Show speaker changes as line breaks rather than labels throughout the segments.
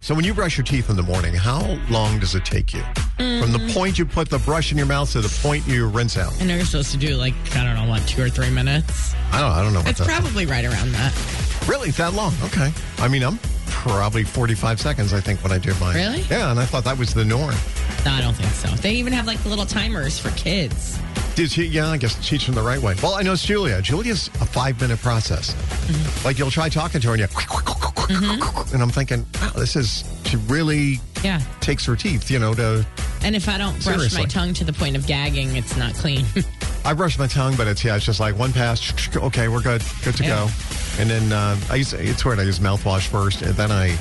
So when you brush your teeth in the morning, how long does it take you? From
Mm-hmm.
the point you put the brush in your mouth to the point you rinse out.
I know you're supposed to do like, I don't know, what, two or three minutes?
I don't I don't know what
It's
that
probably right around that.
Really that long. Okay. I mean I'm probably forty five seconds I think when I do mine.
Really?
Yeah, and I thought that was the norm.
No, I don't think so. They even have like little timers for kids.
Did she yeah, I guess teach them the right way. Well, I know it's Julia. Julia's a five minute process.
Mm-hmm.
Like you'll try talking to her and you and I'm thinking, wow, this is she really
Yeah.
takes her teeth, you know, to
And if I don't brush
Seriously.
my tongue to the point of gagging, it's not clean.
I brush my tongue, but it's yeah, it's just like one pass. Okay, we're good, good to go.
Yeah.
And then uh, I use it's weird. I use mouthwash first, and then I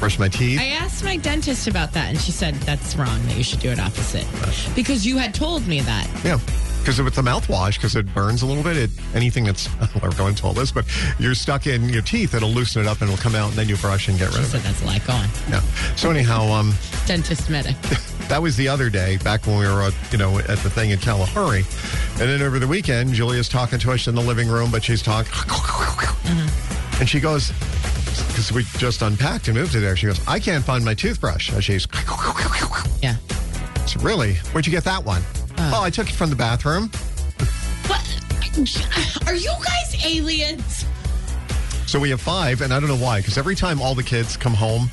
brush my teeth.
I asked my dentist about that, and she said that's wrong, that you should do it opposite. Because you had told me that.
yeah, because with the mouthwash, because it burns a little bit. It anything that's we're going to all this, but you're stuck in your teeth. It'll loosen it up and it'll come out, and then you brush and get rid
She
of
said
it.
that's a lot. Go on.
Yeah. So anyhow, um.
Dentist medic.
That was the other day, back when we were, uh, you know, at the thing in Kalahari. And then over the weekend, Julia's talking to us in the living room, but she's talking, and she goes, because we just unpacked and moved to there. She goes, I can't find my toothbrush. And she's,
Yeah.
"So really? Where'd you get that one? oh, I took it from the bathroom.
What? Are you guys aliens?
So we have five, and I don't know why, because every time all the kids come home,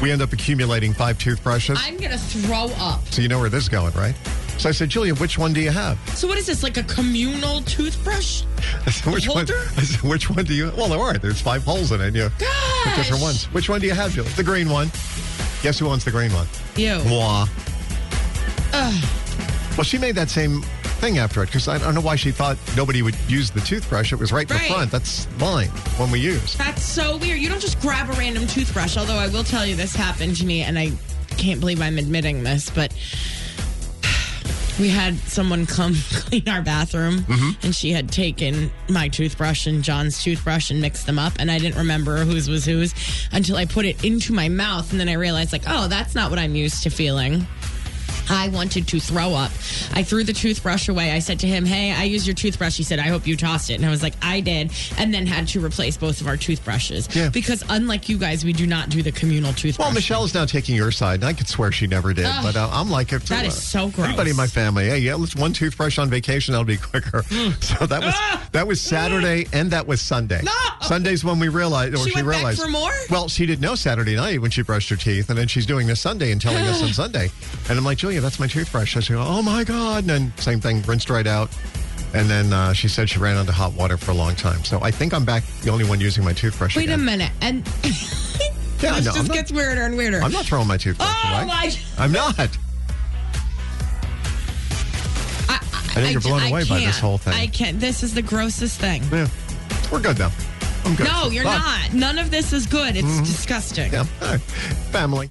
we end up accumulating five toothbrushes.
I'm going to throw up.
so you know where this is going, right? So I said, Julia, which one do you have?
So, what is this, like a communal toothbrush?
I said, which one?
Holder?
I said, which one do you? Well, there are. There's five holes in it. Yeah,
Gosh.
different ones. Which one do you have, Julie? The green one. Guess who wants the green one?
Ew.
Moi. Well, she made that same thing after it because I don't know why she thought nobody would use the toothbrush. It was right, in
Right.
the front. That's mine. When we use.
That's so weird. You don't just grab a random toothbrush, although I will tell you this happened to me, and I can't believe I'm admitting this, but we had someone come clean our bathroom,
Mm-hmm.
and she had taken my toothbrush and John's toothbrush and mixed them up, and I didn't remember whose was whose until I put it into my mouth, and then I realized, like, oh, that's not what I'm used to feeling. I wanted to throw up. I threw the toothbrush away. I said to him, Hey, I used your toothbrush. He said, I hope you tossed it. And I was like, I did. And then had to replace both of our toothbrushes.
Yeah.
Because unlike you guys, we do not do the communal toothbrush.
Well, Michelle is now taking your side, and I could swear she never did. but uh, I'm like, if
That is so gross.
Anybody in my family, hey, yeah, let's one toothbrush on vacation, that'll be quicker.
Hmm.
So that was that was Saturday, and that was Sunday.
Ah! No!
Sunday's when we realized, or
She
she,
went back
realized
for more?
Well, she didn't know Saturday night when she brushed her teeth, and then she's doing this Sunday and telling us on Sunday. And I'm like, Julia, that's my toothbrush. I go, oh my god, and then same thing, rinsed right out. And then uh, she said she ran under hot water for a long time. So I think I'm back the only one using my toothbrush.
Wait a
again.
minute. And
Yeah,
this
no, I'm
just
not-
gets weirder and weirder.
I'm not throwing my toothbrush
Oh,
away.
my-
I'm not.
I,
I think you're blown
I
away by this
can't.
whole thing.
I can't. This is the grossest thing.
Yeah. We're good though. I'm good.
No, you're
Bye.
not. None of this is good. It's disgusting.
Yeah. All right. Family.